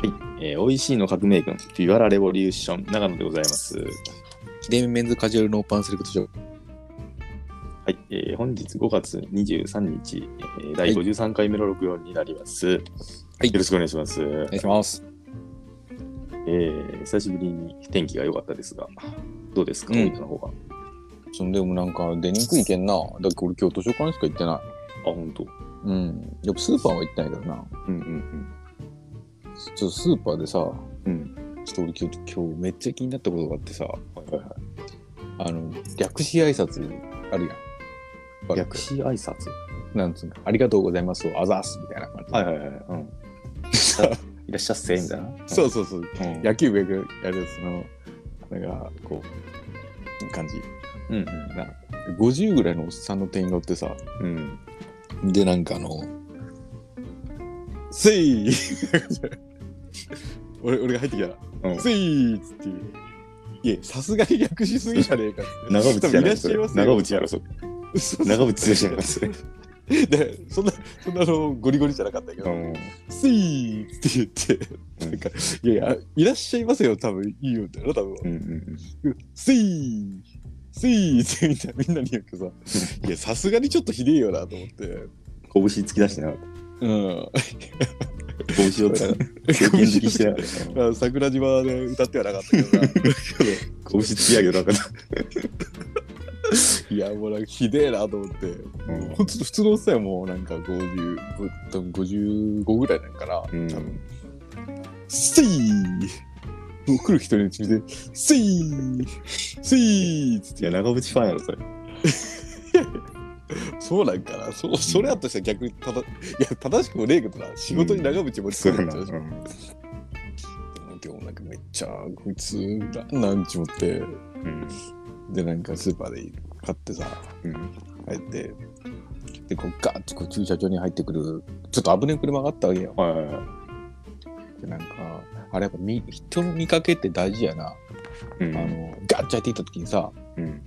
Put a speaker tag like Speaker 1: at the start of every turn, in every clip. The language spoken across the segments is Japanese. Speaker 1: ー美味しいの革命軍、ビバラレボリューション、長野でございます。
Speaker 2: 記念メンズカジュアルノーパンセレクトショップ。
Speaker 1: はい、えー本日5月23日、えー第53回目の録音になります。
Speaker 2: はい
Speaker 1: よろしくお願いします。
Speaker 2: お願いします。
Speaker 1: えー久しぶりに天気が良かったですが、どうですか、
Speaker 2: うん
Speaker 1: 大分の方が。あ、
Speaker 2: そんでもなんか出にくいけんな。だって俺今日図書館しか行ってない。
Speaker 1: 本当。
Speaker 2: うん。やっぱスーパーは行ってないけどな。
Speaker 1: うんうん
Speaker 2: ちょっとスーパーでさ、ちょ
Speaker 1: うん。うん。
Speaker 2: っと俺今日今日めっちゃ気になったことがあってさ、
Speaker 1: はいはいは
Speaker 2: あの、略し挨拶あるやん
Speaker 1: い。。略し挨拶。
Speaker 2: なんつうの、ありがとうございますをあざーすみたいな感じ。
Speaker 1: はいはいはい。うん。 いらっしゃっせ、みたいな。
Speaker 2: そうそうそう。
Speaker 1: うん。うん。
Speaker 2: 野球部やるやつの、なんかこう、感じ。
Speaker 1: うん
Speaker 2: 50ぐらいのおっさんの店員がおってさ、
Speaker 1: うん。うん。
Speaker 2: で、なんかあの、せい 俺俺が入ってきたら、
Speaker 1: うん
Speaker 2: せいっつって言う。いや、さすがに略しすぎじゃねえかっつって。
Speaker 1: 長渕じゃない
Speaker 2: 多分いらっし
Speaker 1: そ
Speaker 2: ゃいま
Speaker 1: れ
Speaker 2: すよ
Speaker 1: 長渕やろ、それ。
Speaker 2: そう
Speaker 1: 長渕じゃないそれ。
Speaker 2: で、そんな、そんなあのゴリゴリじゃなかったけ
Speaker 1: う
Speaker 2: ど、
Speaker 1: ん。
Speaker 2: せいっつって言って、なんか、いやいや、いらっしゃいますよ、多分いいよだよな、多分
Speaker 1: うんうん
Speaker 2: せいせいってみたいなみんなに言うけどさ、いや、さすがにちょっとひでえよなと思って。
Speaker 1: うん。拳突き出してなかっ
Speaker 2: うん。
Speaker 1: た。 拳をつ経験好きしてなかった。うん
Speaker 2: まあ桜島で歌ってはなかったけどな
Speaker 1: 拳突き上げなかった。
Speaker 2: いやもうなんかひでえなと思って、
Speaker 1: ん
Speaker 2: ほんと普通のおっさんやもうなんか50ぶ多分55ぐらいなんかな、
Speaker 1: うん
Speaker 2: 多分せいもう来る人にうちで「せいせい」っつ
Speaker 1: い
Speaker 2: って
Speaker 1: や、長渕ファンやろ、それ。
Speaker 2: そうなんかなそうそれやったら逆にただいや正しくもねえけどな仕事に長渕もつ
Speaker 1: そう
Speaker 2: く
Speaker 1: や
Speaker 2: ん
Speaker 1: な。
Speaker 2: ちゃうし
Speaker 1: うん
Speaker 2: 今日なんかめっちゃこいつなんなんち思って
Speaker 1: うん
Speaker 2: でなんかスーパーで買ってさ
Speaker 1: うん
Speaker 2: 入って、で、こうガーッとこう駐車場に入ってくる、ちょっと危ねえ車があったわけよ。
Speaker 1: はいはいはい。
Speaker 2: で、なんか、あれやっぱ見人の見かけって大事やな。
Speaker 1: うん
Speaker 2: あの、ガッチャっていった時にさ、
Speaker 1: うん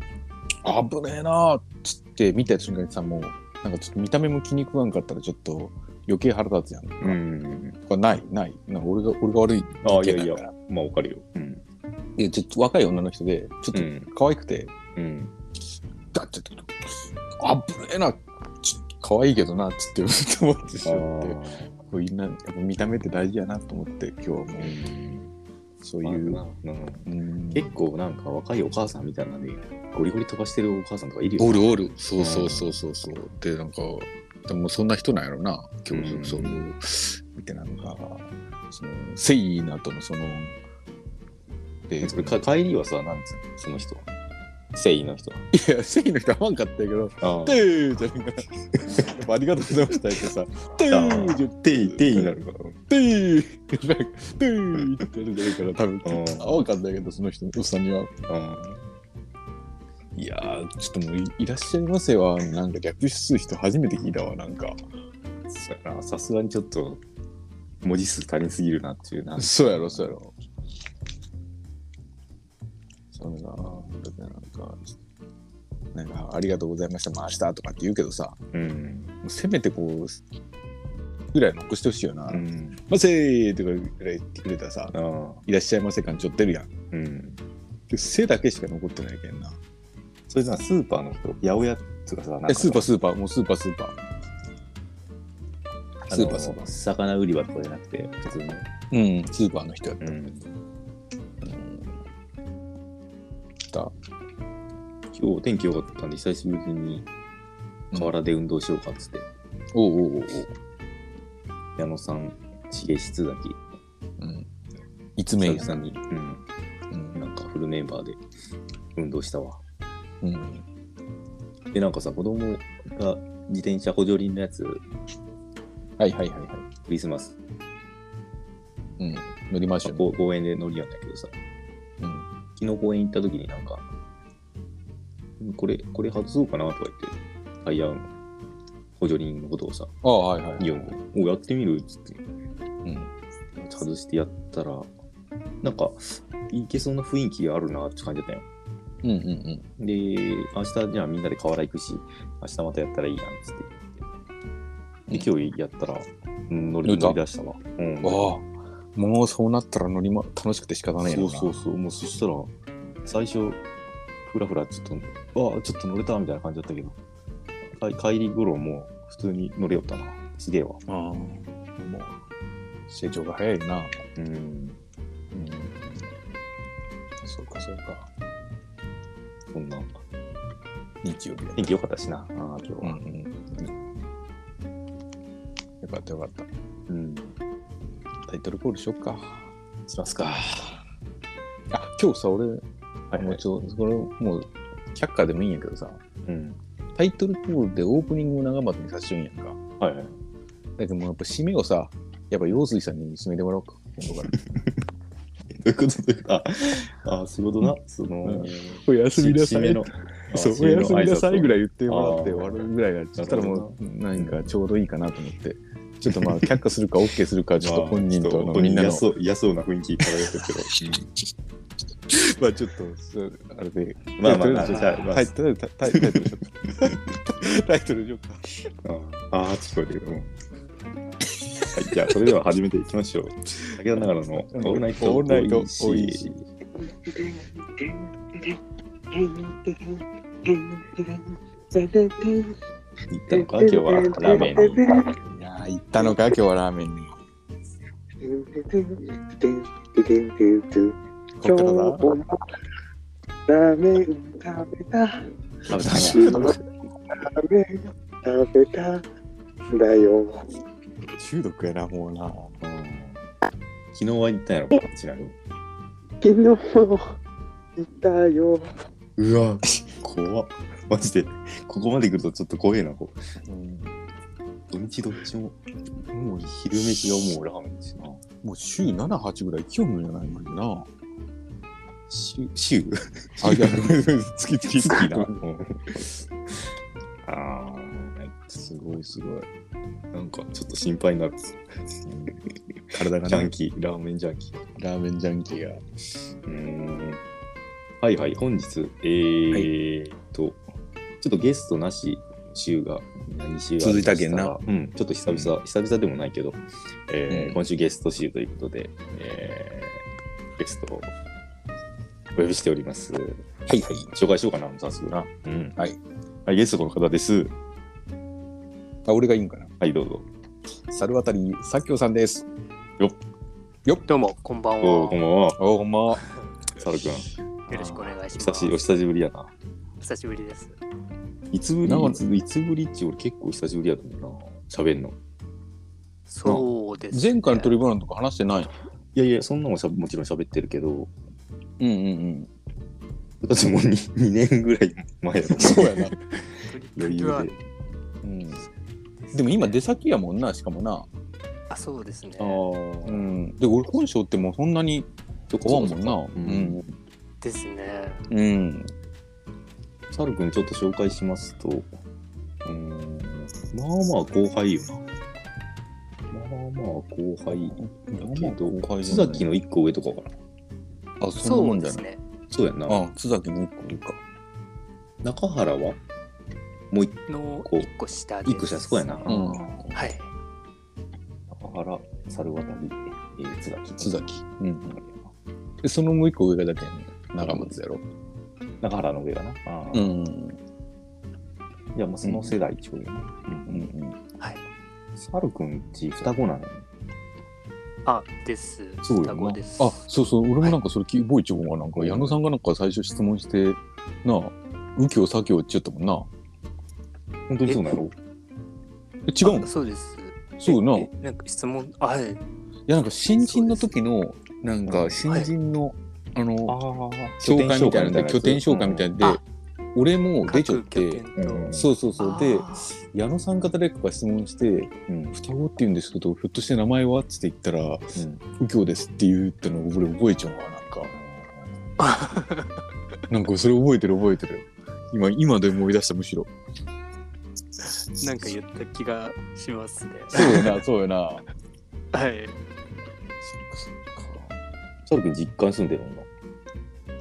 Speaker 2: 危ねえなーっつって見た瞬間にさ、もう、なんかちょっと見た目も気に食わんかったらちょっと余計腹立つやん。
Speaker 1: うん。
Speaker 2: これない、ない。なんか俺が、俺が悪い。
Speaker 1: ああ、いやい
Speaker 2: 意見
Speaker 1: や
Speaker 2: だから。、
Speaker 1: まあ、わかるよ。うん。
Speaker 2: で、ちょっと若い女の人で、ちょ
Speaker 1: う
Speaker 2: っ
Speaker 1: ん。
Speaker 2: と可愛くて、
Speaker 1: うん。
Speaker 2: ガッチャって、危ねえな、ちょっと可愛いけどな、つって思ってし
Speaker 1: あ
Speaker 2: まって。こういんなやっぱ見た目って大事やなと思って今日はもう
Speaker 1: あうん
Speaker 2: そう
Speaker 1: まあ
Speaker 2: いう、
Speaker 1: なうん
Speaker 2: うん
Speaker 1: 結構なんか若いお母さんみたいなんで、ゴリゴリ飛ばしてるお母さんとかいるよ
Speaker 2: お
Speaker 1: ね。
Speaker 2: るおるそうそうそうそうそうでなんかでもそんな人なんやろな今日
Speaker 1: うん
Speaker 2: そういう見てなんかその誠意なとのそので
Speaker 1: えそれか帰りはさ、なんつうのその人は。誠意の人は。
Speaker 2: いや誠意の人合わんかったんやけど
Speaker 1: あ
Speaker 2: 「てー」じゃなんか「ありがとうございました」ってさ「てー」じゃ
Speaker 1: てい、ていになるから。
Speaker 2: 「てー」なんか「てー」ってやるんじゃないから多分
Speaker 1: うん
Speaker 2: 合わんかったんやけどその人のおっさんには。
Speaker 1: うん
Speaker 2: いやー、ちょっともうい、いらっしゃいませは、なんか略する人初めて聞いたわ、なんか。
Speaker 1: そうやなさすがにちょっと文字数足りすぎるなっていうな。
Speaker 2: そうやろ、そうやろ。そうだなだってなんか、なんか、ありがとうございました、まあ明日とかって言うけどさ、
Speaker 1: うん。
Speaker 2: もうせめてこう、ぐらい残してほしいよな。
Speaker 1: うん。
Speaker 2: ませーとかぐらい言ってくれたらさ、
Speaker 1: ああ。
Speaker 2: いらっしゃいませ感ちょっと出るやん。
Speaker 1: うん。
Speaker 2: で背だけしか残ってないけんな。
Speaker 1: それじゃスーパーの人、八百屋とかさ、なんか
Speaker 2: え、
Speaker 1: さ
Speaker 2: スーパースーパー、もうスーパースーパー。
Speaker 1: あの
Speaker 2: スーパースーパー
Speaker 1: 魚売り場とかじゃなくて、普通の。
Speaker 2: うん、スーパーの人やった。
Speaker 1: ん。
Speaker 2: た
Speaker 1: 今日天気良かったんで、久しぶりに河原で運動しようかっつって、
Speaker 2: おうおうおうおう。
Speaker 1: 矢野さん、重室崎、
Speaker 2: うん。いつめいや
Speaker 1: 久々に、うん、
Speaker 2: うん。
Speaker 1: なんかフルメンバーで運動したわ。
Speaker 2: うん。
Speaker 1: で、なんかさ、子供が自転車補助輪のやつ、ク
Speaker 2: はいはいはいは
Speaker 1: リスマス、
Speaker 2: い。うん。乗りましょう。
Speaker 1: こう公園で乗りやんだけどさ、
Speaker 2: うん。
Speaker 1: 昨日公園行った時になんか、うんこれ、これ外そうかなとか言って、タイヤの補助輪のことをさ、
Speaker 2: ああ、はいはいはい。
Speaker 1: イオンがおやってみるっつって、
Speaker 2: うん。
Speaker 1: 外してやったら、なんか、いけそうな雰囲気があるなって感じだったよ。
Speaker 2: うんうん
Speaker 1: で、明日じゃあみんなで河原行くし、明日またやったらいいやんっつって言って。で、今日やったら、うん乗り
Speaker 2: 乗れた
Speaker 1: 乗り出したわ。うん
Speaker 2: うん。。わあ。もうそうなったら乗りも楽しくて仕方ないや
Speaker 1: そ
Speaker 2: ろ
Speaker 1: うそうそう、もうそしたら、最初、ふらふらちょっと、ああ、ちょっと乗れたみたいな感じだったけど、か帰り頃もう普通に乗れよったな。すげえわ。
Speaker 2: ああもう成長が早いな
Speaker 1: うん。うん。
Speaker 2: そうかそうか
Speaker 1: そんな、
Speaker 2: 日曜日だ
Speaker 1: 天気良かったしな、ああ今日
Speaker 2: うんう
Speaker 1: は。
Speaker 2: んよかったよかった
Speaker 1: うん。
Speaker 2: タイトルコールしよっか
Speaker 1: しますか。
Speaker 2: あ今日さ俺、
Speaker 1: はい、
Speaker 2: もうちょこれもう却下でもいいんやけどさ
Speaker 1: うん。
Speaker 2: タイトルコールでオープニングを長松にさせちゃうんやんか
Speaker 1: はいはい。
Speaker 2: だけどもうやっぱ締めをさやっぱ陽水さんに進めてもらおうか今度から
Speaker 1: どういうことどういうことあ あー、仕事な、その、
Speaker 2: うんおやすみなさ
Speaker 1: 締め
Speaker 2: い
Speaker 1: の。
Speaker 2: そうおやすみなさいぐら
Speaker 1: い。
Speaker 2: い言ってもらって終わるぐらいが
Speaker 1: ー
Speaker 2: そしたらもうなんかちょうどいいかなと思ってちょっとまあ却下するか OK するかちょっと本人とあのみんなの
Speaker 1: 嫌そう嫌そうな雰囲気漂ってるけど。
Speaker 2: まあちょっとそうあれで
Speaker 1: まあまあまあ
Speaker 2: とりえず
Speaker 1: じゃあまあ
Speaker 2: タイトルタイタイタイトルしようかタイトルしようか
Speaker 1: ああー、聞こえてる けども。はい、じゃあ、それでは始めていきましょう。武田長野のオールナイト
Speaker 2: オールナイト
Speaker 1: おいしい行ったのか、今日はラーメンに。
Speaker 2: いやー行ったのか今日はラーメンにこっからだ
Speaker 3: ラーメン食べた。
Speaker 1: 食べた
Speaker 3: 週のラーメン食べた。だよ。
Speaker 2: 中毒やなもうな
Speaker 1: 昨日は行ったんやろか、ちなみに。
Speaker 3: 昨日も行ったよ。
Speaker 1: うわ、怖っ。マジで、ここまで来るとちょっと怖いな、こう。
Speaker 2: うん
Speaker 1: 土日どっちも、
Speaker 2: もう
Speaker 1: 昼飯がもうラーメンですな。
Speaker 2: もう週78ぐらい興味じゃないのにな
Speaker 1: 週週
Speaker 2: あいや
Speaker 1: 月月月な。
Speaker 2: う
Speaker 1: あ
Speaker 2: すごいすごい
Speaker 1: あ、なんかちょっと心配になる。
Speaker 2: 体が
Speaker 1: ジャ
Speaker 2: ね
Speaker 1: ンキー、ラーメンジャンキー。
Speaker 2: ラーメンジャンキーが
Speaker 1: うーん。はいはい、本日、えーっと、ちょっとゲストなし週が何週ありましたが
Speaker 2: 続いたけんな。
Speaker 1: うん、ちょっと久々、久々でもないけど、えー
Speaker 2: うん
Speaker 1: 今週ゲスト週ということで、えーゲストをお呼びしております。
Speaker 2: はいはい
Speaker 1: 紹介しようかな、早速な。うん。
Speaker 2: はい。
Speaker 1: はい、ゲストの方です。
Speaker 2: あ俺がいいんかな
Speaker 1: はい、どうぞ。
Speaker 2: 猿渡左京さんです
Speaker 4: どうも、こんばんは。
Speaker 1: おーこんばんは、
Speaker 2: おおほんま
Speaker 1: サルくん。
Speaker 4: よろしくお願いし
Speaker 1: 久
Speaker 4: ま
Speaker 1: し
Speaker 4: す。
Speaker 1: お久しぶりやな。
Speaker 4: 久しぶりです。
Speaker 1: いつぶ
Speaker 2: なん
Speaker 1: り
Speaker 2: か
Speaker 1: いついつぶりっち俺結構久しぶりやと思うな。喋んの。
Speaker 4: そうです、ね。
Speaker 2: 前回のトリブランとか話してない
Speaker 1: いやいや、そんなもんしゃもちろん喋ってるけど、
Speaker 2: うんうんうん
Speaker 1: だってもう 2, 年ぐらい前やろ。
Speaker 2: そうやな、
Speaker 4: トリ
Speaker 1: 余裕
Speaker 4: ブラン
Speaker 1: で。
Speaker 2: うん、でも今出先やもんなしかもな
Speaker 4: あ、そうですね
Speaker 1: あ。
Speaker 2: う
Speaker 1: あ。
Speaker 2: んで俺本性ってもうそんなに
Speaker 1: そっ
Speaker 2: 変わんもんな
Speaker 1: う
Speaker 2: うん
Speaker 1: ん。
Speaker 4: ですね。
Speaker 2: うん
Speaker 1: サルくんちょっと紹介しますと、うーん、まあまあ後輩よな。まあまあ後輩。だけど、津崎
Speaker 2: の
Speaker 1: の1個上とかかな。
Speaker 2: あそんな
Speaker 4: そ
Speaker 2: も
Speaker 4: うん
Speaker 2: じ
Speaker 4: で
Speaker 2: ゃ
Speaker 4: す
Speaker 2: ない
Speaker 4: ね。
Speaker 1: そうやんな。
Speaker 2: あ津崎の一個上か
Speaker 1: 中原はもう
Speaker 4: の
Speaker 1: こう
Speaker 4: 一個下です。
Speaker 1: 1個下、そこやな。
Speaker 2: ん
Speaker 4: はい。
Speaker 1: 中原、猿渡、えー、津崎。
Speaker 2: 津崎うんでそのもう一個上がだけやね長松やろ
Speaker 1: 中原の上かな。あ
Speaker 2: う
Speaker 1: ー
Speaker 2: ん
Speaker 1: いや、まあその世代ちょうどな。
Speaker 2: うんうん
Speaker 4: はい。
Speaker 1: 猿くんち双子なの
Speaker 4: あ、です。
Speaker 1: そうよな
Speaker 4: 双子です。
Speaker 2: あそうそう俺もなんかそれ聞いぼいちょがなんか矢野さんがなんか最初質問してなあ右京左京って言ったもんな
Speaker 1: 本当にそうなの
Speaker 2: え違う
Speaker 4: あ
Speaker 2: の
Speaker 4: そうです。
Speaker 2: そうな
Speaker 4: ええなんか質問、あはい。
Speaker 2: いやなんか新人の時のなんか新人の、あの
Speaker 1: ああ。
Speaker 2: 紹介みたいなんで拠点紹介みた
Speaker 1: な
Speaker 2: いなんで、
Speaker 4: あ
Speaker 2: 俺も出ちゃっ
Speaker 4: 各拠
Speaker 2: て
Speaker 4: 点
Speaker 1: やつ。
Speaker 4: と。
Speaker 1: うん
Speaker 2: そうそうそうで
Speaker 4: あー
Speaker 2: 矢野さんか誰かが質問して
Speaker 1: うん
Speaker 2: 「双子って言うんですけどひょっとして名前は?」っつって言ったら
Speaker 1: うん
Speaker 2: 「右京です」って言うってのを俺覚えちゃうわなんかなんかそれ覚えてる覚えてる今今で思い出したむしろ
Speaker 4: なんか言った気がしますね。
Speaker 2: そうよ なそうよなそっか
Speaker 4: はい。
Speaker 2: そっか
Speaker 1: 猿くん実家に住んでるの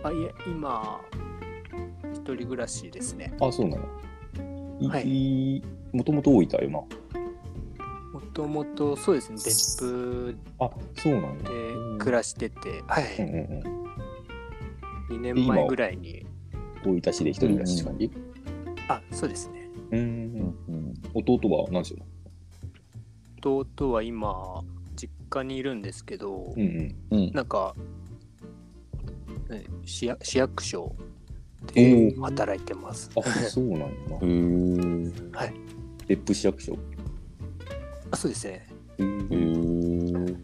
Speaker 4: あ、いえ、今、一人暮らしですね。
Speaker 1: あ、そうなの。
Speaker 4: はい
Speaker 1: いもともと大分よな。
Speaker 4: もともとそうですね別府
Speaker 1: あそうなんだ。
Speaker 4: で
Speaker 1: うん
Speaker 4: 暮らしてて、は
Speaker 1: う
Speaker 4: い
Speaker 1: んうんうん。
Speaker 4: 2年前ぐらいに
Speaker 1: 大分市で一人暮らしって感じ
Speaker 4: あそうですね
Speaker 1: うんう
Speaker 2: う
Speaker 1: ん。
Speaker 2: ん
Speaker 1: 弟は何しろ
Speaker 4: 弟は今実家にいるんですけど、
Speaker 1: うんうん。
Speaker 2: うん
Speaker 4: なんかね市役市役所
Speaker 1: お
Speaker 4: で
Speaker 1: ー
Speaker 4: 働いてます
Speaker 1: あそうなんやな
Speaker 2: へ。ー
Speaker 1: 別府市役所。
Speaker 4: あそうですね
Speaker 1: うん
Speaker 2: へー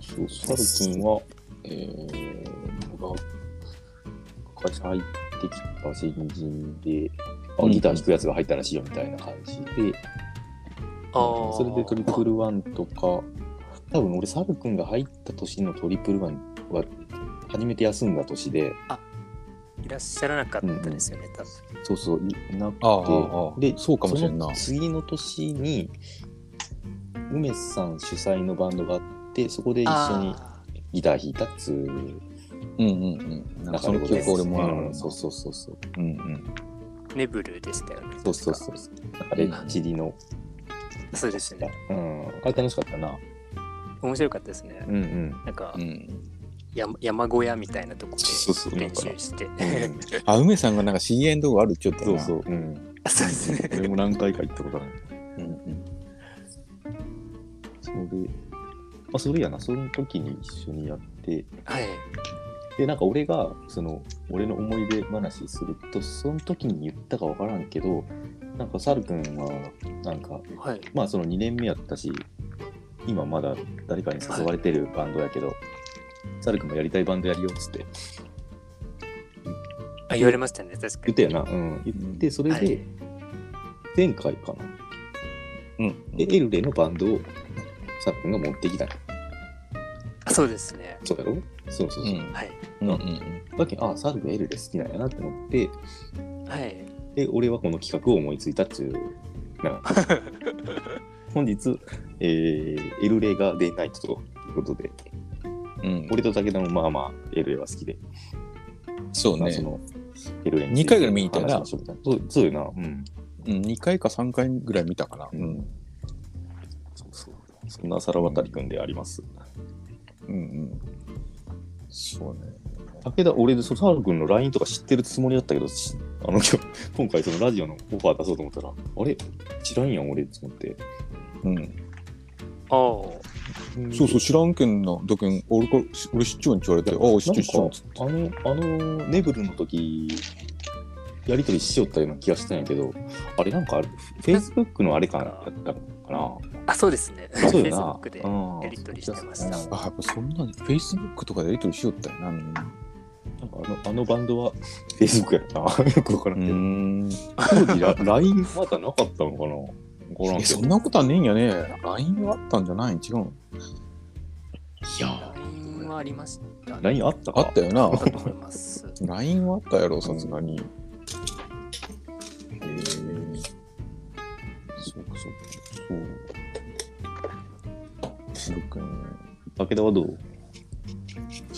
Speaker 1: そうそう。サル君は、えー、が会社入ってきた新人で、あ
Speaker 2: うん
Speaker 1: ギター弾くやつが入ったらしいよみたいな感じで、
Speaker 4: あー
Speaker 1: それでトリプルワンとか、多分俺、サル君が入った年のトリプルワンは、初めて休んだ年で、
Speaker 4: いらっしゃらなかったですよね、多分
Speaker 1: そうそう、いなく
Speaker 2: ああああ
Speaker 1: て、で、
Speaker 2: そうかもしれんな
Speaker 1: その次の年に、梅津さん主催のバンドがあって、そこで一緒に
Speaker 4: あ
Speaker 1: ギター弾いたっつう
Speaker 2: うんうんうんなんかその記憶俺もあるな
Speaker 1: そうそうそうそう。
Speaker 2: うんうん
Speaker 4: ーネブルでしたよね
Speaker 1: そうそう
Speaker 4: 確
Speaker 1: そ
Speaker 4: か
Speaker 1: う。あれ、チリの。
Speaker 4: そうですね
Speaker 1: うん。あれ楽しかったな。
Speaker 4: 面白かったですね、
Speaker 1: うんうん。
Speaker 4: なんか
Speaker 2: うん
Speaker 4: 山山小屋みたいなとこ
Speaker 1: そうそう
Speaker 4: で練習 して
Speaker 2: あ梅さんがなんか知り合いのとこあるちょっと
Speaker 1: そうそう。うん。
Speaker 4: あそうですね
Speaker 1: 俺も何回か行ったことある。
Speaker 2: うんうん
Speaker 1: それで、あ、それやな。その時に一緒にやって、
Speaker 4: はい
Speaker 1: で、なんか俺が、その、俺の思い出話すると、その時に言ったかわからんけど、なんか、サル君は、なんか、
Speaker 4: はい
Speaker 1: まあ、その2年目やったし、今まだ誰かに誘われてるバンドやけど、サル君もやりたいバンドやるよっつって
Speaker 4: あ言われましたね確か
Speaker 1: 言っ
Speaker 4: に
Speaker 1: たよな。うん。言って、それ
Speaker 4: はい
Speaker 1: で、前回かな。
Speaker 2: うん
Speaker 1: で、エルレのバンドをサックンが持ってきたの
Speaker 4: あそうですね
Speaker 1: そうやろそうそうそう。
Speaker 4: はい
Speaker 2: うんうん
Speaker 1: だけどあ、サルがエルレ好きなんやなって思って、
Speaker 4: はい
Speaker 1: で、俺はこの企画を思いついたっちゅう。 な本日、えー、エルレがデイナイトということで、
Speaker 2: うん
Speaker 1: 俺と武田もまあまあ、エルレは好きで、
Speaker 2: そう
Speaker 1: まあ
Speaker 2: ね
Speaker 1: その、エルレ
Speaker 2: 二回ぐらい見に行ったよな
Speaker 1: 話しましょうみたいな。そうそうよな。うん。
Speaker 2: うん2回か3回ぐらい見たかな
Speaker 1: うん。そうそう。そんな皿渡りくんであります。
Speaker 2: うんうんそうね
Speaker 1: 武田、俺、そのサル君の LINE とか知ってるつもりだったけど、しあの今日今回、そのラジオのオファー出そうと思ったら、あれ知らんやん、俺、と思って。
Speaker 2: うん
Speaker 4: ああ
Speaker 2: そうそう知らんけんなだけん俺こ俺市長に言われてああ市長市長
Speaker 1: なんかあの、あの、ネブルの時、やりとりしよったような気がしたんやけど、あれ、なんかあれ、Facebook のあれかな、やったのか
Speaker 4: あ、そうですね。
Speaker 1: な。そう
Speaker 4: Facebook
Speaker 1: よな。
Speaker 4: で
Speaker 1: う。ん
Speaker 4: やりとりしてました
Speaker 1: うん
Speaker 2: あやっぱそんなにフェイスブックとかでやり取りしよったよなみんな
Speaker 1: なんかあのあのバンドは Facebook やったな。 よくわからんけど。
Speaker 2: ん
Speaker 1: 当時、ラ LINE まだなかったのかなわからん
Speaker 2: え
Speaker 1: けど
Speaker 2: そんなことはねえんやね LINE はあったんじゃない違うのいや
Speaker 4: LINE はありました、ね。
Speaker 1: LINE あった
Speaker 2: あ
Speaker 1: か
Speaker 2: ったよな
Speaker 4: あったと思います。
Speaker 2: LINE はあったやろさすがにへえそうかそうかそうすごくね
Speaker 1: 武田はどう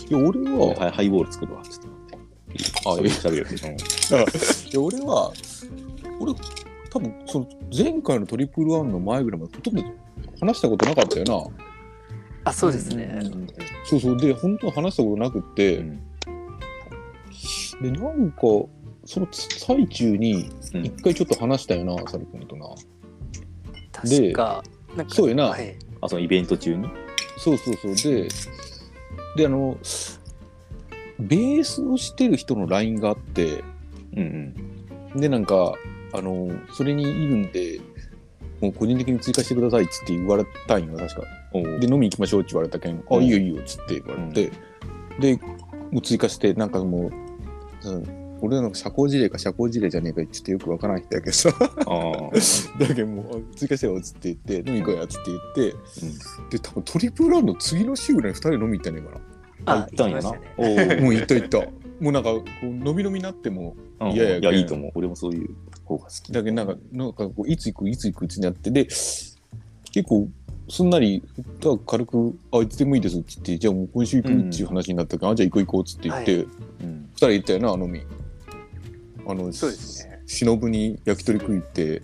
Speaker 2: いや俺は、
Speaker 1: はい、ハイボール作るわ。ちょっと
Speaker 2: あ
Speaker 1: 待
Speaker 2: い
Speaker 1: って。喋
Speaker 2: や
Speaker 1: る喋る。
Speaker 2: いや俺は俺多分その前回のトリプルワンの前ぐらいまでほとんど話したことなかったよな
Speaker 4: あ、そうですね。
Speaker 2: そうそうで本当に話したことなくって、
Speaker 1: うん
Speaker 2: でなんかその最中に一回ちょっと話したよな、サル君とな
Speaker 4: 確か。なんか
Speaker 2: そうやな
Speaker 4: はい。
Speaker 1: あ、そのイベント中に
Speaker 2: そうそうそうでであのベースをしてる人の LINE があって
Speaker 1: うん
Speaker 2: でなんかあのそれにいるんでもう個人的に追加してくださいっつって言われたんよ確か
Speaker 1: うん。おう
Speaker 2: で飲み行きましょうって言われたけ
Speaker 1: う
Speaker 2: ん、
Speaker 1: ん
Speaker 2: あ、いいよいいよっつって言われて、で、もう追加して、なんかもう、うん俺らの社交辞令か社交辞令じゃねえかちょっとよくわからん人やけどさ、
Speaker 1: あ
Speaker 2: だけどもうあ追加してよっつって言って、飲み行こうやっつって言って、で、多分トリプルランの次の週ぐらいに2人飲み行ったねえ か
Speaker 1: あ。
Speaker 4: あ、
Speaker 1: 行ったんやな
Speaker 4: 行きま。
Speaker 1: おう
Speaker 2: な。もう行った行った。もうなんか、こう飲み飲みになっても、
Speaker 1: うん
Speaker 2: いやいや
Speaker 1: いや、いいと思う。俺もそういう方が好き。
Speaker 2: だけどなんか、なんかこういつ行くいつ行くってなって、で、結構、すんなり、じゃあ軽く、あ、いつでもいいですって言って、じゃあもう今週行くっていう話になったから、あ、じゃあ行こう行こうっつって言って、
Speaker 4: は
Speaker 1: うん
Speaker 2: 二人行ったよなあのみあの
Speaker 4: そうですね
Speaker 2: し忍に焼き鳥食い行って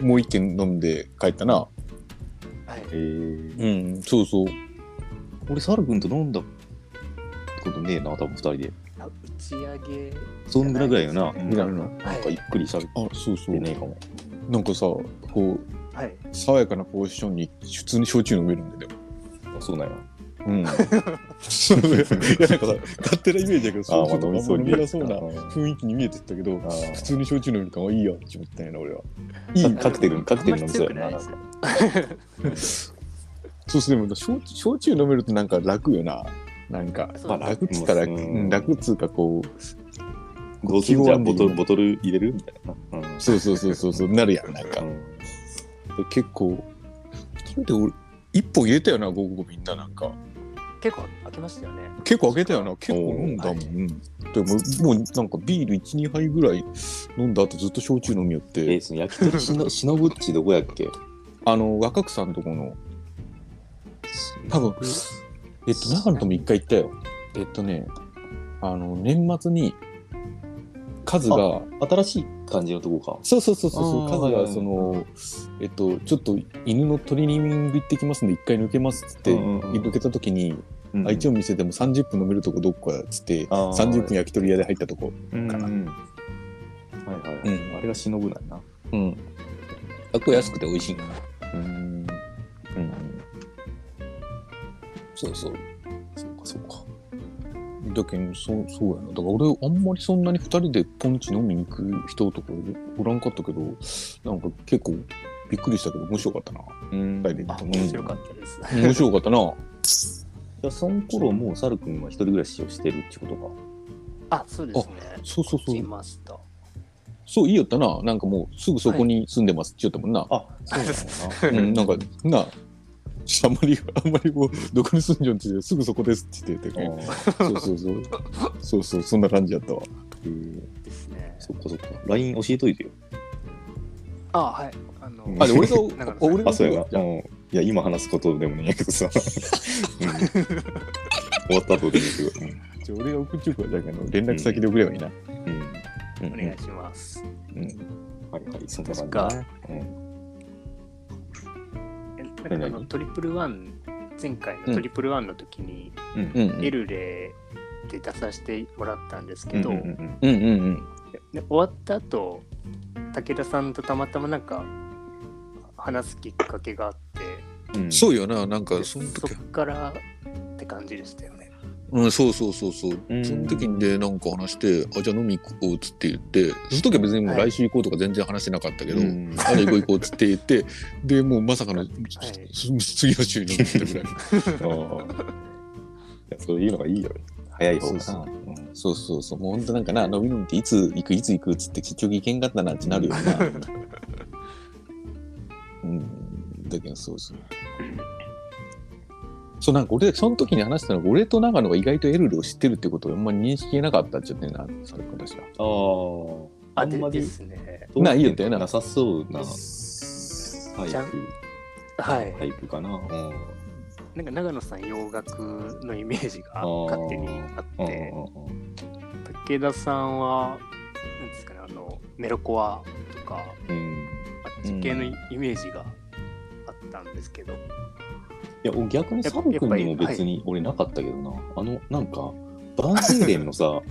Speaker 2: もう一軒飲んで帰ったな
Speaker 4: はい。
Speaker 1: えー、
Speaker 2: うん、そうそう。
Speaker 1: 俺、サル君と飲んだことねえな、多分二人で。
Speaker 4: あ打ち上げ。
Speaker 1: そんぐらいぐらいよな。
Speaker 4: じゃ
Speaker 1: うん
Speaker 2: みた
Speaker 1: ないん
Speaker 2: な。
Speaker 1: かゆっくり喋っ
Speaker 2: あ、そうそう
Speaker 1: て。ねえかも。
Speaker 2: なんかさ、こう、
Speaker 4: はい。
Speaker 2: 爽やかなポジションに普通に焼酎飲めるんだよ。
Speaker 1: あそうなんや。
Speaker 2: うん。いや、なんかさ、勝手なイメージだけど、
Speaker 1: あ
Speaker 2: そう
Speaker 1: ー、
Speaker 2: ちょ
Speaker 1: ま
Speaker 2: っと
Speaker 1: あ飲
Speaker 2: あん
Speaker 1: み
Speaker 2: ま
Speaker 1: そうに
Speaker 2: 飲め
Speaker 1: 見え
Speaker 2: な
Speaker 1: た
Speaker 2: そうな
Speaker 1: あ
Speaker 2: 雰囲気に見えてたけど、
Speaker 1: ー
Speaker 2: 普通に焼酎飲める感はいいやって思ったんやな、俺は。
Speaker 1: い
Speaker 2: いい
Speaker 1: いカクテル、カクテル飲みそうやな。
Speaker 4: あんま
Speaker 1: なん
Speaker 4: り強
Speaker 1: か
Speaker 2: そうそう、でも焼酎焼酎飲めるとなんか楽よな。なんか、まあ楽っつったら、
Speaker 1: そうそう
Speaker 2: うん楽っつうかこう、
Speaker 1: どうするじゃあボトル、ボトル入れるみたいな。うん
Speaker 2: そうそうそうそうそう、なるやん、なんか。で結構、それで俺、一本入れたよな、午後みんななんか。
Speaker 4: 結構開けましたよね。
Speaker 2: 結構開けたよな、結構飲んだもん。でも、もうなんかビール1、2杯ぐらい飲んだ後ずっと焼酎飲みよっ
Speaker 1: えー
Speaker 2: て、
Speaker 1: その焼き鳥しの、しのぶっちどこやっ け
Speaker 2: あの、若草のとこの、多分、えっと、長野とも一回行ったよ。えっとね、あの、年末に、カズが、
Speaker 1: 新しい感じのとこ
Speaker 2: そうそうそうそう、
Speaker 1: あー
Speaker 2: カズ
Speaker 1: はい
Speaker 2: が、
Speaker 1: はい
Speaker 2: その、えっと、ちょっと犬のトリミング行ってきますんで、一回抜けますっつって、
Speaker 1: うんうんうん
Speaker 2: 抜けた時に、
Speaker 1: か。うん
Speaker 2: あ一応店でも30分飲めるとこどっかっつって、
Speaker 1: あー
Speaker 2: 30分焼き鳥屋で入ったとこ。か
Speaker 1: う
Speaker 2: な
Speaker 1: んはいはいはい、
Speaker 2: うん
Speaker 1: あれが忍ぶなんやな。
Speaker 2: うん。あ、これ安くて美味しいな。
Speaker 1: うん。
Speaker 2: うん。そうそう。
Speaker 1: そっかそっか。
Speaker 2: だけど、そう、そうやな。だから俺、あんまりそんなに二人でポンチ飲みに行く人とかおらんかったけど、なんか結構びっくりしたけど面白かったな。
Speaker 1: うん
Speaker 2: 二人で
Speaker 4: あ、
Speaker 2: うん
Speaker 4: 面白かったです。
Speaker 2: 面白かったな。
Speaker 1: じゃあその頃もうサル君は一人暮らしをしてるってことか。
Speaker 4: あ、そうですね。
Speaker 2: そうそうそ
Speaker 4: し
Speaker 2: う。
Speaker 4: ました。
Speaker 2: そう、いいよったな。なんかもうすぐそこに住んでますって言ったもんな。
Speaker 1: あ、そうなんや
Speaker 2: うん、なんか、なあ。あんまり、あんまりもう、どこに住んじゃうんって言って、すぐそこですって言ってて、
Speaker 1: な。あー
Speaker 2: そうそうそう。そうそう、そんな感じやったわ。
Speaker 1: えー
Speaker 4: ですね。
Speaker 1: そっかそっか。LINE 教えといてよ。
Speaker 4: あ、はい。あの、
Speaker 2: あ、で俺 が
Speaker 4: なんか、
Speaker 2: 俺が
Speaker 1: あ、そうやな。うん。いや、今話すことでもねえけどさ。うん終わった後でもいいけど。
Speaker 2: じゃあ俺が送っちゃうからだけど連絡先で送ればいいな。
Speaker 1: うん。うん
Speaker 2: うん
Speaker 4: お願いします。
Speaker 2: うん
Speaker 1: はいはい、そんな
Speaker 4: 確
Speaker 1: 感じ
Speaker 4: か
Speaker 1: だな。うん。
Speaker 4: えなんかあのトリプルワン、前回のトリプルワンの時に、
Speaker 1: うん。
Speaker 2: うん
Speaker 4: エルレで出させてもらったんです
Speaker 1: う
Speaker 4: け
Speaker 1: んう
Speaker 4: ど、
Speaker 1: んうん
Speaker 2: うんうんうん。
Speaker 4: で終わった後武田さんとたまたまなんか話すきっかけがあって
Speaker 1: うん。う
Speaker 2: そうよな、なん
Speaker 4: で
Speaker 2: か
Speaker 4: そ
Speaker 2: そ
Speaker 4: っ
Speaker 2: の時、
Speaker 4: からって感じでしたよね。
Speaker 2: うん、そうそうそうそう。
Speaker 1: うん
Speaker 2: その時にでなんか話して、あじゃあ飲み行こうっつって言って、その時は別にもう
Speaker 4: はい
Speaker 2: 来週行こうとか全然話してなかったけど、
Speaker 1: ん。
Speaker 2: あれ行こう行こうっつって言って、でもうまさかの、
Speaker 4: い
Speaker 2: す次の週に飲んでたぐらい。
Speaker 1: ああ。いや、そういうのがいいよ。早い方がな。
Speaker 2: そうそ
Speaker 1: うん
Speaker 2: そうそうそう、もう本当なんかな、伸び伸びていつ行くいつ行くっつって結局行けんかったなってなるよな。うん、だけどそうそう。そうなんか俺、その時に話したのが、俺と長野が意外とエルルを知ってるってことをあんまり認識なかったっちゃってな、それ私は。
Speaker 1: あー
Speaker 4: あ
Speaker 1: あん
Speaker 4: で
Speaker 1: まり
Speaker 4: ですね。
Speaker 1: どう
Speaker 2: ないよってな
Speaker 1: なさそうなタイ
Speaker 4: じゃん
Speaker 1: プ
Speaker 4: はい、
Speaker 1: タイプかな。うん
Speaker 4: なんか長野さん洋楽のイメージが
Speaker 1: あー
Speaker 4: 勝手にあ
Speaker 1: う
Speaker 4: っ
Speaker 1: ん
Speaker 4: て
Speaker 1: うんうん
Speaker 4: 武田さんはなんですかねあのメロコアとかあ
Speaker 1: うん
Speaker 4: っち系のイメージがあったんですけど、
Speaker 1: いや俺逆にサル君にも別に俺なかったけどな、あのなんかバンヘイレンの さ
Speaker 4: はい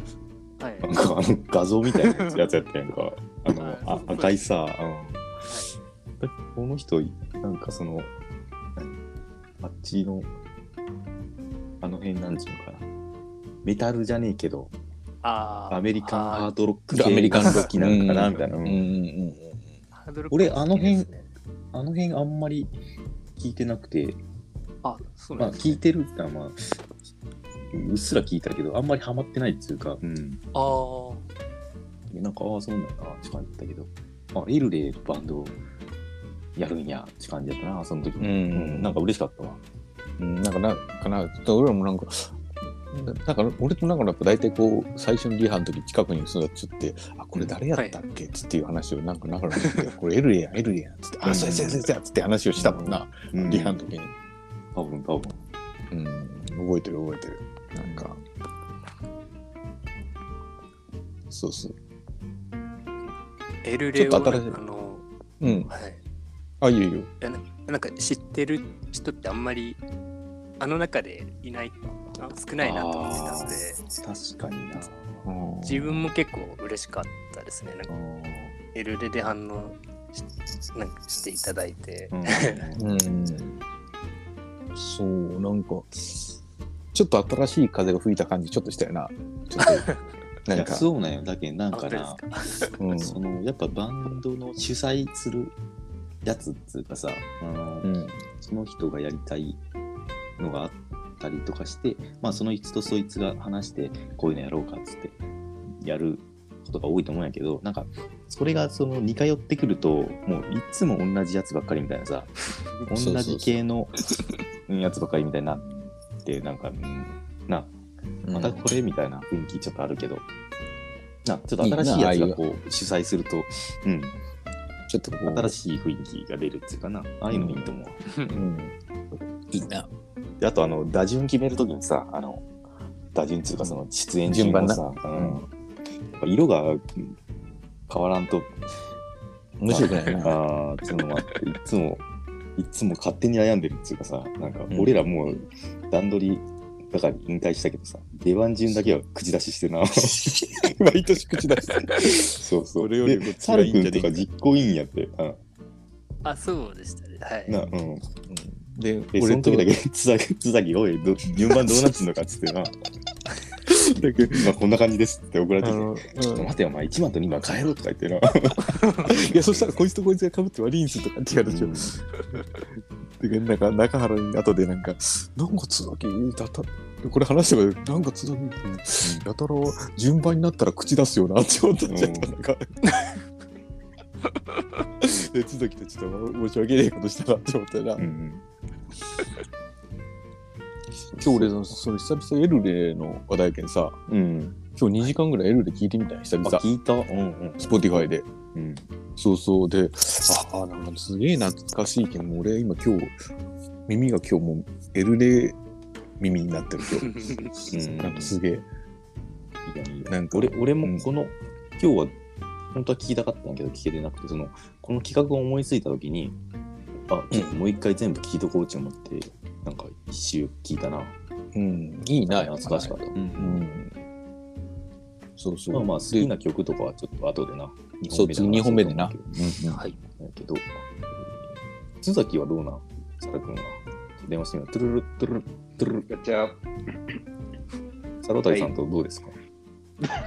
Speaker 1: なんかあの画像みたいなやつやったやんか あのあ
Speaker 4: はい
Speaker 1: 赤いさ、うんだこの人なんかその何あっちのあの辺なんちゅうのかなメタルじゃねえけど
Speaker 4: あー
Speaker 1: アメリカンハードロック
Speaker 2: アメリカンロック
Speaker 1: 好きなのかなみたいな、
Speaker 2: う
Speaker 1: うんん
Speaker 2: うんうん。
Speaker 4: ハードロック
Speaker 1: 俺あの辺
Speaker 4: 好きですね
Speaker 1: あの辺あんまり聞いてなくて
Speaker 4: あそう
Speaker 1: ま
Speaker 4: なん
Speaker 1: あ
Speaker 4: です
Speaker 1: 聞い
Speaker 4: ね、
Speaker 1: てるってのはまあうっすら聞いたけどあんまりハマってないっていうか、うん、
Speaker 4: あー
Speaker 1: でなんかああそうなんだなって感じだったけどあエルレイバンドやるんやって感じだったなその時
Speaker 2: うん
Speaker 1: に、うんなんか嬉しかったわ
Speaker 2: うん、なんかな、かな、ちょっと俺らもなんか、ななんか俺となんかやっぱ大体こう最初のリハの時近くに住んだっちゃって「あこれ誰やったっけ?」っつっていう話をなんか中で「これエルレやエルレや」っつって「
Speaker 1: う
Speaker 2: あ
Speaker 1: ん
Speaker 2: そうやそうやそうやそうや」っつって話をしたもんな、リハの時に、
Speaker 1: 多分多分
Speaker 2: うん、覚えてる覚えてるなんかそうそう
Speaker 4: エル
Speaker 2: ち
Speaker 4: レ
Speaker 2: ょ
Speaker 4: オ
Speaker 2: っと新しい
Speaker 4: あの、
Speaker 2: うん
Speaker 4: はい、
Speaker 2: あ、いいよいいよ。
Speaker 4: なんか知ってる人ってあんまりあの中でいないあ少ないなと思ってたので
Speaker 1: 確かにな。
Speaker 2: うん
Speaker 4: 自分も結構嬉しかったですねなんか
Speaker 2: うん
Speaker 4: エルレで反応しなんかしていただいて、
Speaker 1: うん、
Speaker 2: うんそう、なんか、ちょっと新しい風が吹いた感じ、ちょっとしたよな。ちょっと、
Speaker 1: い
Speaker 2: なん
Speaker 1: や
Speaker 2: か、
Speaker 1: そうなんよ。だけどなん
Speaker 4: あ
Speaker 1: か
Speaker 4: 本当です
Speaker 1: な
Speaker 4: か、
Speaker 2: うん、
Speaker 1: そのやっぱバンドの主催するやつっつうかさ、あの
Speaker 2: うん、
Speaker 1: その人がやりたいのがあったりとかして、まあ、その人とそいつが話してこういうのやろうかっつってやることが多いと思うんやけどなんかそれがその似通ってくるともういつも同じやつばっかりみたいなさ同
Speaker 2: そうそうそう
Speaker 1: じ系のうんやつばっかりみたいになってなんかうんなまたこれみたいな雰囲気ちょっとあるけど。なちょっと新しいやつがこう主催すると、うん、
Speaker 2: ちょっとこう、
Speaker 1: 新しい雰囲気が出るっていうかな、ああいうのいいと思う。
Speaker 2: うん、いいな。
Speaker 1: であとあの打順決めるときにさあの打順っていうかその出演順番さ、うん、やっぱ色がうん変わらんと
Speaker 2: 面白くないな。
Speaker 1: あーっていうのもあっていつもいつも勝手に悩んでるっていうかさなんか
Speaker 2: ん
Speaker 1: 俺らもう段取りだから引退したけどさ出番順だけは口出しして な毎年口出しそうそう
Speaker 2: それより
Speaker 1: で
Speaker 2: もこっち
Speaker 1: サ
Speaker 2: がい
Speaker 1: ル
Speaker 2: いんじ
Speaker 1: 君
Speaker 2: ゃね
Speaker 1: とか実行委員やって、うん
Speaker 4: あそうでしたねはい
Speaker 1: なうん、
Speaker 2: うんで、
Speaker 1: でその時だけ 津崎津崎おいど順番どうなってんのかっつって な今こんな感じですって送られ
Speaker 2: あ
Speaker 1: てきて
Speaker 2: の、
Speaker 1: ちょっと
Speaker 2: うん
Speaker 1: 待てよ、お前1番と2番変えろとか言って な。
Speaker 2: いや、そしたらこいつとこいつがかぶって悪いんすとかって言われちゃう。で、なんか中原に後でなんか、なんかつばき、だた、これ話してば、なんかつばき、やたら順番になったら口出すよなって思ったんじゃった、
Speaker 1: うん
Speaker 2: なんか。で、つばきとちょっと申し訳ねえことしたなって思ったな。
Speaker 1: うん
Speaker 2: 今日俺、その久々エルレの話題券さ、
Speaker 1: うん。
Speaker 2: 今日2時間ぐらいエルレ聞いてみたい、久
Speaker 1: あ、
Speaker 2: 々。
Speaker 1: 聞いた。うん
Speaker 2: スポティファイで。
Speaker 1: うん。
Speaker 2: そうそうで、ああ、なんかすげえ懐かしいけど、もう俺今今日、耳が今日もうエルレ耳になってる今
Speaker 1: うん
Speaker 2: 日。なんかすげえ。
Speaker 1: いやいや
Speaker 2: なんか
Speaker 1: 俺俺
Speaker 2: うん
Speaker 1: もこの、今日は、本当は聞きたかったんやけど、聞けてなくて、その、この企画を思いついたときに、あ、ちょっともう一回全部聞いとこうと思って、なんか一周聞いたな。
Speaker 2: うん、いいな、やっぱ
Speaker 1: 懐かしかった。う
Speaker 2: うんん。そうそう。
Speaker 1: まあまあ、好き
Speaker 2: で
Speaker 1: な曲とかはちょっと後でな。
Speaker 2: そう、次2本目でな。
Speaker 1: だ
Speaker 2: うんうん
Speaker 4: はい
Speaker 1: けど、津崎はどうなん佐田君は。電話してみよう。トゥルルットゥルルットゥルルッ
Speaker 5: ガチャ
Speaker 1: サロタイさんとどうですか、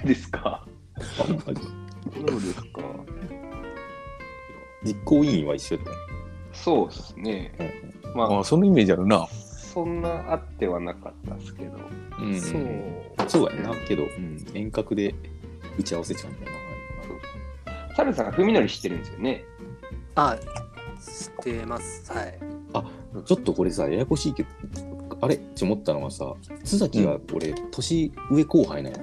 Speaker 5: ですかどうですか
Speaker 1: 実行委員は一緒だったね
Speaker 5: そうですね。
Speaker 2: あ
Speaker 5: ま
Speaker 2: あ、そのイメージあるな。
Speaker 5: あ、そんなあってはなかったですけど。
Speaker 1: うん
Speaker 4: そう
Speaker 1: そうやな、けど、遠隔で打ち合わせちゃうんだよ
Speaker 5: サルさんが文則知ってるんですよね。
Speaker 4: あしてますはい
Speaker 1: な。ちょっとこれさ、ややこしいけど、あれって思ったのはさ、津崎は俺、年上後輩なんや。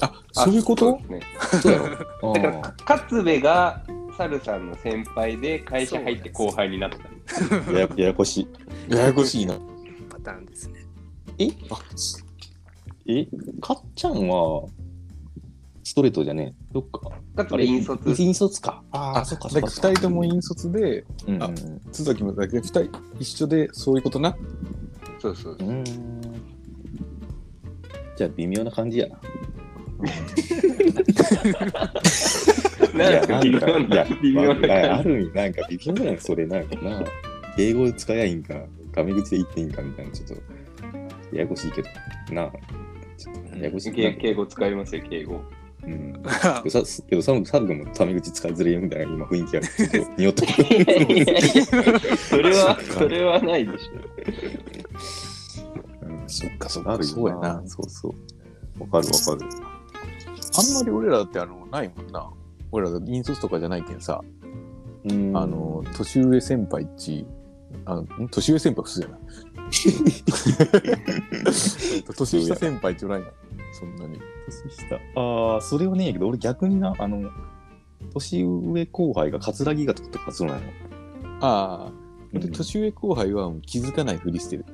Speaker 2: あ、そういうこと
Speaker 5: ですね
Speaker 1: そうや ろ。
Speaker 5: だから、勝部がサルさんの先輩で会社入って後輩になった。
Speaker 1: ややややこし
Speaker 2: ややこしいな。
Speaker 4: パターンですね
Speaker 1: い。え
Speaker 2: あ、
Speaker 1: えかっちゃんは、ストレートじゃねえ。どっか。
Speaker 5: 勝部引率。
Speaker 1: 引率か。あ
Speaker 2: あそっか。だから2人とも引率で、
Speaker 1: うんうん
Speaker 2: あ津崎もだけど、2人一緒で、そういうことな。
Speaker 5: そうそう
Speaker 1: う。ん。じゃあ、微妙な感じやな。
Speaker 5: なんですか
Speaker 1: い
Speaker 5: 微
Speaker 1: やな
Speaker 5: 妙
Speaker 1: んかい
Speaker 5: な
Speaker 1: や
Speaker 5: 微妙
Speaker 1: まあ
Speaker 5: な
Speaker 1: あ
Speaker 5: 感じ。
Speaker 1: る意味、なんか微妙だよ、それ、なんかな。英語使えばいいんか、ガメ口で言っていいんかみたいな、ちょっと、ややこしいけど、なあ。ちょっとややこしいな
Speaker 5: 敬敬語使いますよ、敬語。
Speaker 1: うん。さすけど、サムサム君もタメ口使いづれみたいな、今、雰囲気ある。ち ょっと、匂ってる
Speaker 5: それは、それはないでし
Speaker 2: そっか、そっ
Speaker 1: あるよ
Speaker 2: そうやな。
Speaker 1: そうそう。わかるわかる。
Speaker 2: あんまり俺らってあのないもんな。俺ら引率とかじゃないけんさ、
Speaker 1: うん
Speaker 2: あ の、年上先輩っち、あん年上先輩普通 やな。年下先輩っておらんやん。そんなに。
Speaker 1: 年下。ああ、それはねえけど、俺逆にな、あの、年上後輩が葛城がとかそうなの。
Speaker 2: ああ。
Speaker 1: うん
Speaker 2: で年上後輩はもう気づかないふりして る。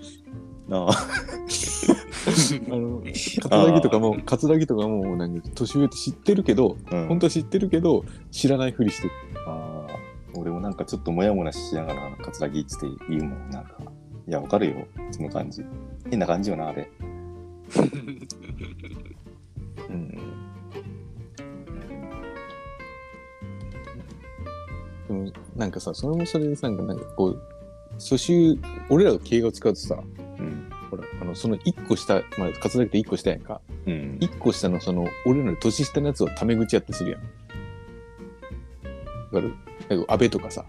Speaker 1: ああ、
Speaker 2: あの、桂木とかも、桂木とかも、なんか、年上って知ってるけど、
Speaker 1: うん
Speaker 2: 本当は知ってるけど、知らないふりしてる。
Speaker 1: あ俺もなんかちょっとモヤモヤしながら、桂木一って言うもん、なんか。いや、わかるよ、その感じ。変な感じよな、あれ。
Speaker 2: うんでもなんかさそれもそれでさなんかなんかこう初週俺らが敬語使うとさ
Speaker 1: うん。
Speaker 2: ほらあのその1個下まあ活躍って1個下やんか
Speaker 1: うん。
Speaker 2: 1個下のその俺らの年下のやつはタメ口やってするやんわかるなんか安倍とかさ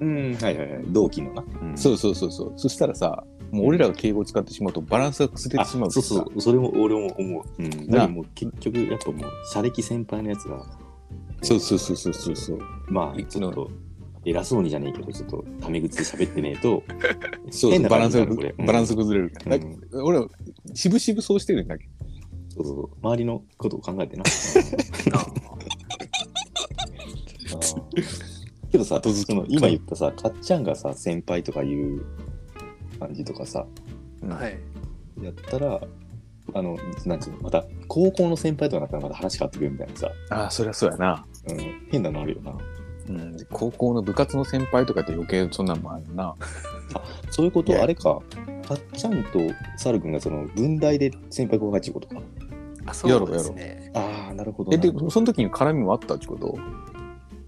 Speaker 1: うん、はいはいはい。同期のな。うん
Speaker 2: そうそうそうそうそしたらさもう俺らが敬語を使ってしまうとバランスが崩れ
Speaker 1: あ
Speaker 2: てしまう
Speaker 1: そうそう、それも俺も思う。うん。だか
Speaker 2: な
Speaker 1: らもう結局、やっぱもう、社歴先輩のやつが、
Speaker 2: そうそうそうそうそうそう
Speaker 1: まあ、
Speaker 2: いつ
Speaker 1: ち
Speaker 2: の
Speaker 1: ょっと、偉そうにじゃねえけど、ちょっと、タメ口で喋ってねえと、
Speaker 2: そう
Speaker 1: 変な
Speaker 2: バラン
Speaker 1: 感じ
Speaker 2: ス
Speaker 1: になる
Speaker 2: が
Speaker 1: これうん
Speaker 2: バランスが崩れる、
Speaker 1: うん
Speaker 2: だ俺はしぶしぶそうしてるんだけ
Speaker 1: そ
Speaker 2: ど
Speaker 1: うそうそう周りのことを考えて な。けどさ、その今言ったさ、かっちゃんがさ、先輩とかいう感じとかさ、
Speaker 4: はい。
Speaker 1: やったら、あの、なんつうの、また、高校の先輩とかだったらまた話変わってくるみたいなさ、
Speaker 2: ああそりゃそうやな、
Speaker 1: うん、変なのあるよな。
Speaker 2: うん、高校の部活の先輩とかって余計そんなんもあるな
Speaker 1: そういうこ
Speaker 2: いや
Speaker 1: と、あれか、かっちゃんとサル君がその、文大で先輩後輩っていうことか。
Speaker 4: あそうですね。
Speaker 1: ああ、なるほど
Speaker 2: え
Speaker 1: な。
Speaker 2: でその時に絡みもあったってこと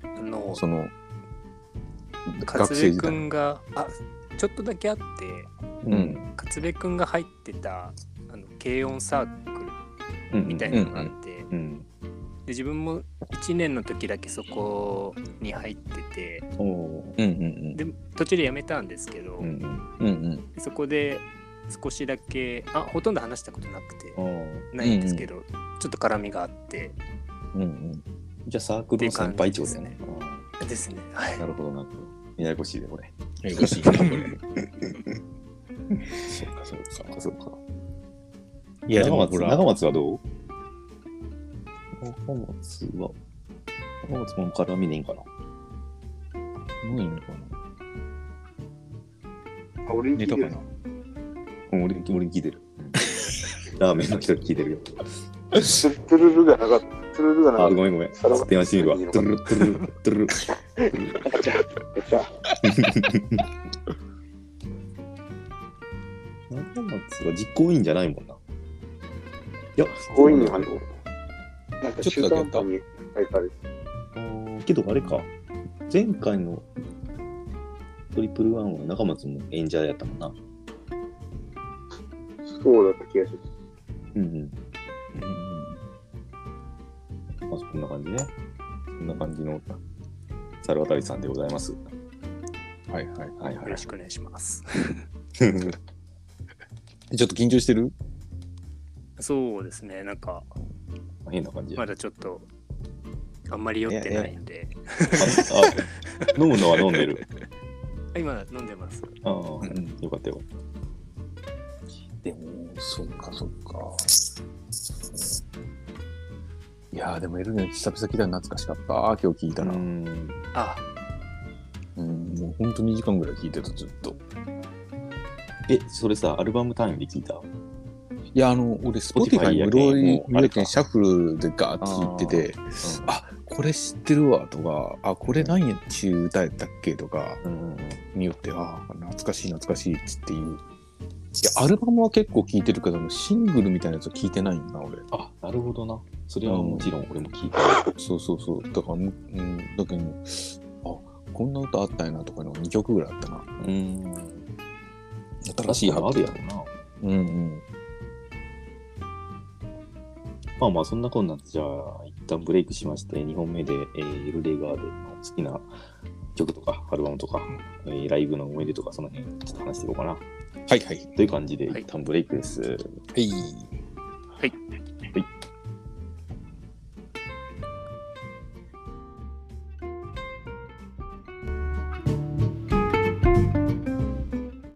Speaker 4: あの、
Speaker 2: その
Speaker 4: 勝
Speaker 2: 学生
Speaker 4: 部
Speaker 2: 時代
Speaker 4: 君が、あちょっとだけあって、
Speaker 1: うん、
Speaker 4: 勝部君が入ってたあの軽音サークル
Speaker 1: うん
Speaker 4: みたいなのがあって、で
Speaker 1: うん。
Speaker 4: 自分も1年の時だけそこに入ってて、
Speaker 1: おお
Speaker 2: うんうん
Speaker 4: で途中で辞めたんですけど、
Speaker 1: ー。うん
Speaker 2: うんうん
Speaker 4: そこで少しだけ、あほとんど話したことなくて
Speaker 1: うん。お、ー
Speaker 4: ないんですけど、ちょっと絡みがあって
Speaker 2: うんうん
Speaker 1: じゃあサークルの先輩長だよね。
Speaker 4: ですね。はい
Speaker 1: あーなるほどなるほど。ややこしいで、これ。
Speaker 2: え欲しいなこれ そうかそうか
Speaker 1: そうか。
Speaker 2: いやで
Speaker 1: 長
Speaker 2: も
Speaker 1: 松
Speaker 2: ほら
Speaker 1: 長松はどう長松は、長松も絡みねえんかな。
Speaker 2: ないのかな
Speaker 3: あ俺に聞
Speaker 2: ネタ
Speaker 3: いてる
Speaker 2: かな
Speaker 1: うん俺に俺に聞い てる。ラーメンの人に聞いてるよ。
Speaker 3: ツルツルルがなかった。ツルルがな
Speaker 1: あ
Speaker 3: か
Speaker 1: ー、
Speaker 3: っ
Speaker 1: ごめんごめん。
Speaker 3: それは
Speaker 1: 電話してみるわ。トゥルルトゥルルトゥルル。
Speaker 3: た。ガチャガチャ
Speaker 1: 長松は実行委員じゃないもんな。いや、
Speaker 3: 強引に入る。なんか
Speaker 2: ちょ
Speaker 3: 中
Speaker 2: っとだ
Speaker 3: 途
Speaker 2: け
Speaker 3: 半端に書いてある。
Speaker 1: あーけどあれか、前回のトリプルワンは中松も演者やったもんな。
Speaker 3: そうだった気がする。
Speaker 1: うんうん。まあ、そんな感じね。そんな感じの猿渡さんでございます。
Speaker 2: はいはい
Speaker 1: はいは
Speaker 4: よろしくお願いします。
Speaker 1: い。
Speaker 2: えちょっと緊張してる
Speaker 4: そうですね。なんか
Speaker 1: 変な感じや。
Speaker 4: まだちょっとあんまり酔ってないんで、
Speaker 1: あ飲むのは飲んでる。
Speaker 4: あ今飲んでます。
Speaker 1: ああ、よかったよかっ
Speaker 2: でも、そっかそっか。いやーでもエルネ久々来たら懐かしかった。今日聞い
Speaker 1: た。
Speaker 2: たら。うん、
Speaker 1: ん。
Speaker 4: あ
Speaker 2: もうほんと2時間ぐらい聞いてた、ずっと。
Speaker 1: え、それさ、アルバム単位で聞いた
Speaker 2: いや、あの、俺、スポティファ
Speaker 1: Spotify
Speaker 2: イ
Speaker 1: や
Speaker 2: 無
Speaker 1: けん
Speaker 2: 料
Speaker 1: もう
Speaker 2: に見れ
Speaker 1: あ
Speaker 2: て
Speaker 1: れか
Speaker 2: シャッフルでガーッと聞いてて、あこれ知ってるわとか、あ、これ何やっちゅう歌やったっけとか、
Speaker 1: うん。
Speaker 2: によって、あー、懐かしい懐かしいっつっていう。いや、アルバムは結構聞いてるけど、シングルみたいなやつは聞いてないんだな、俺。
Speaker 1: あ、なるほどな。それはもちろん俺も聞いた。
Speaker 2: そうそうそう。だから、むうん、だけど、あこんな歌あったんやなとかの2曲ぐらいあったな。
Speaker 1: うん。
Speaker 2: 新
Speaker 1: 新しいのあるやろな。
Speaker 2: うんうん。
Speaker 1: まあまあそんなこんなんでじゃあ一旦ブレイクしまして2本目で、えー、エルレガーデンの好きな曲とかアルバムとか、えーライブの思い出とかその辺ちょっと話していこうかな
Speaker 2: はいはい。
Speaker 1: という感じで
Speaker 4: はい
Speaker 1: 一旦ブレイクです。
Speaker 2: はい。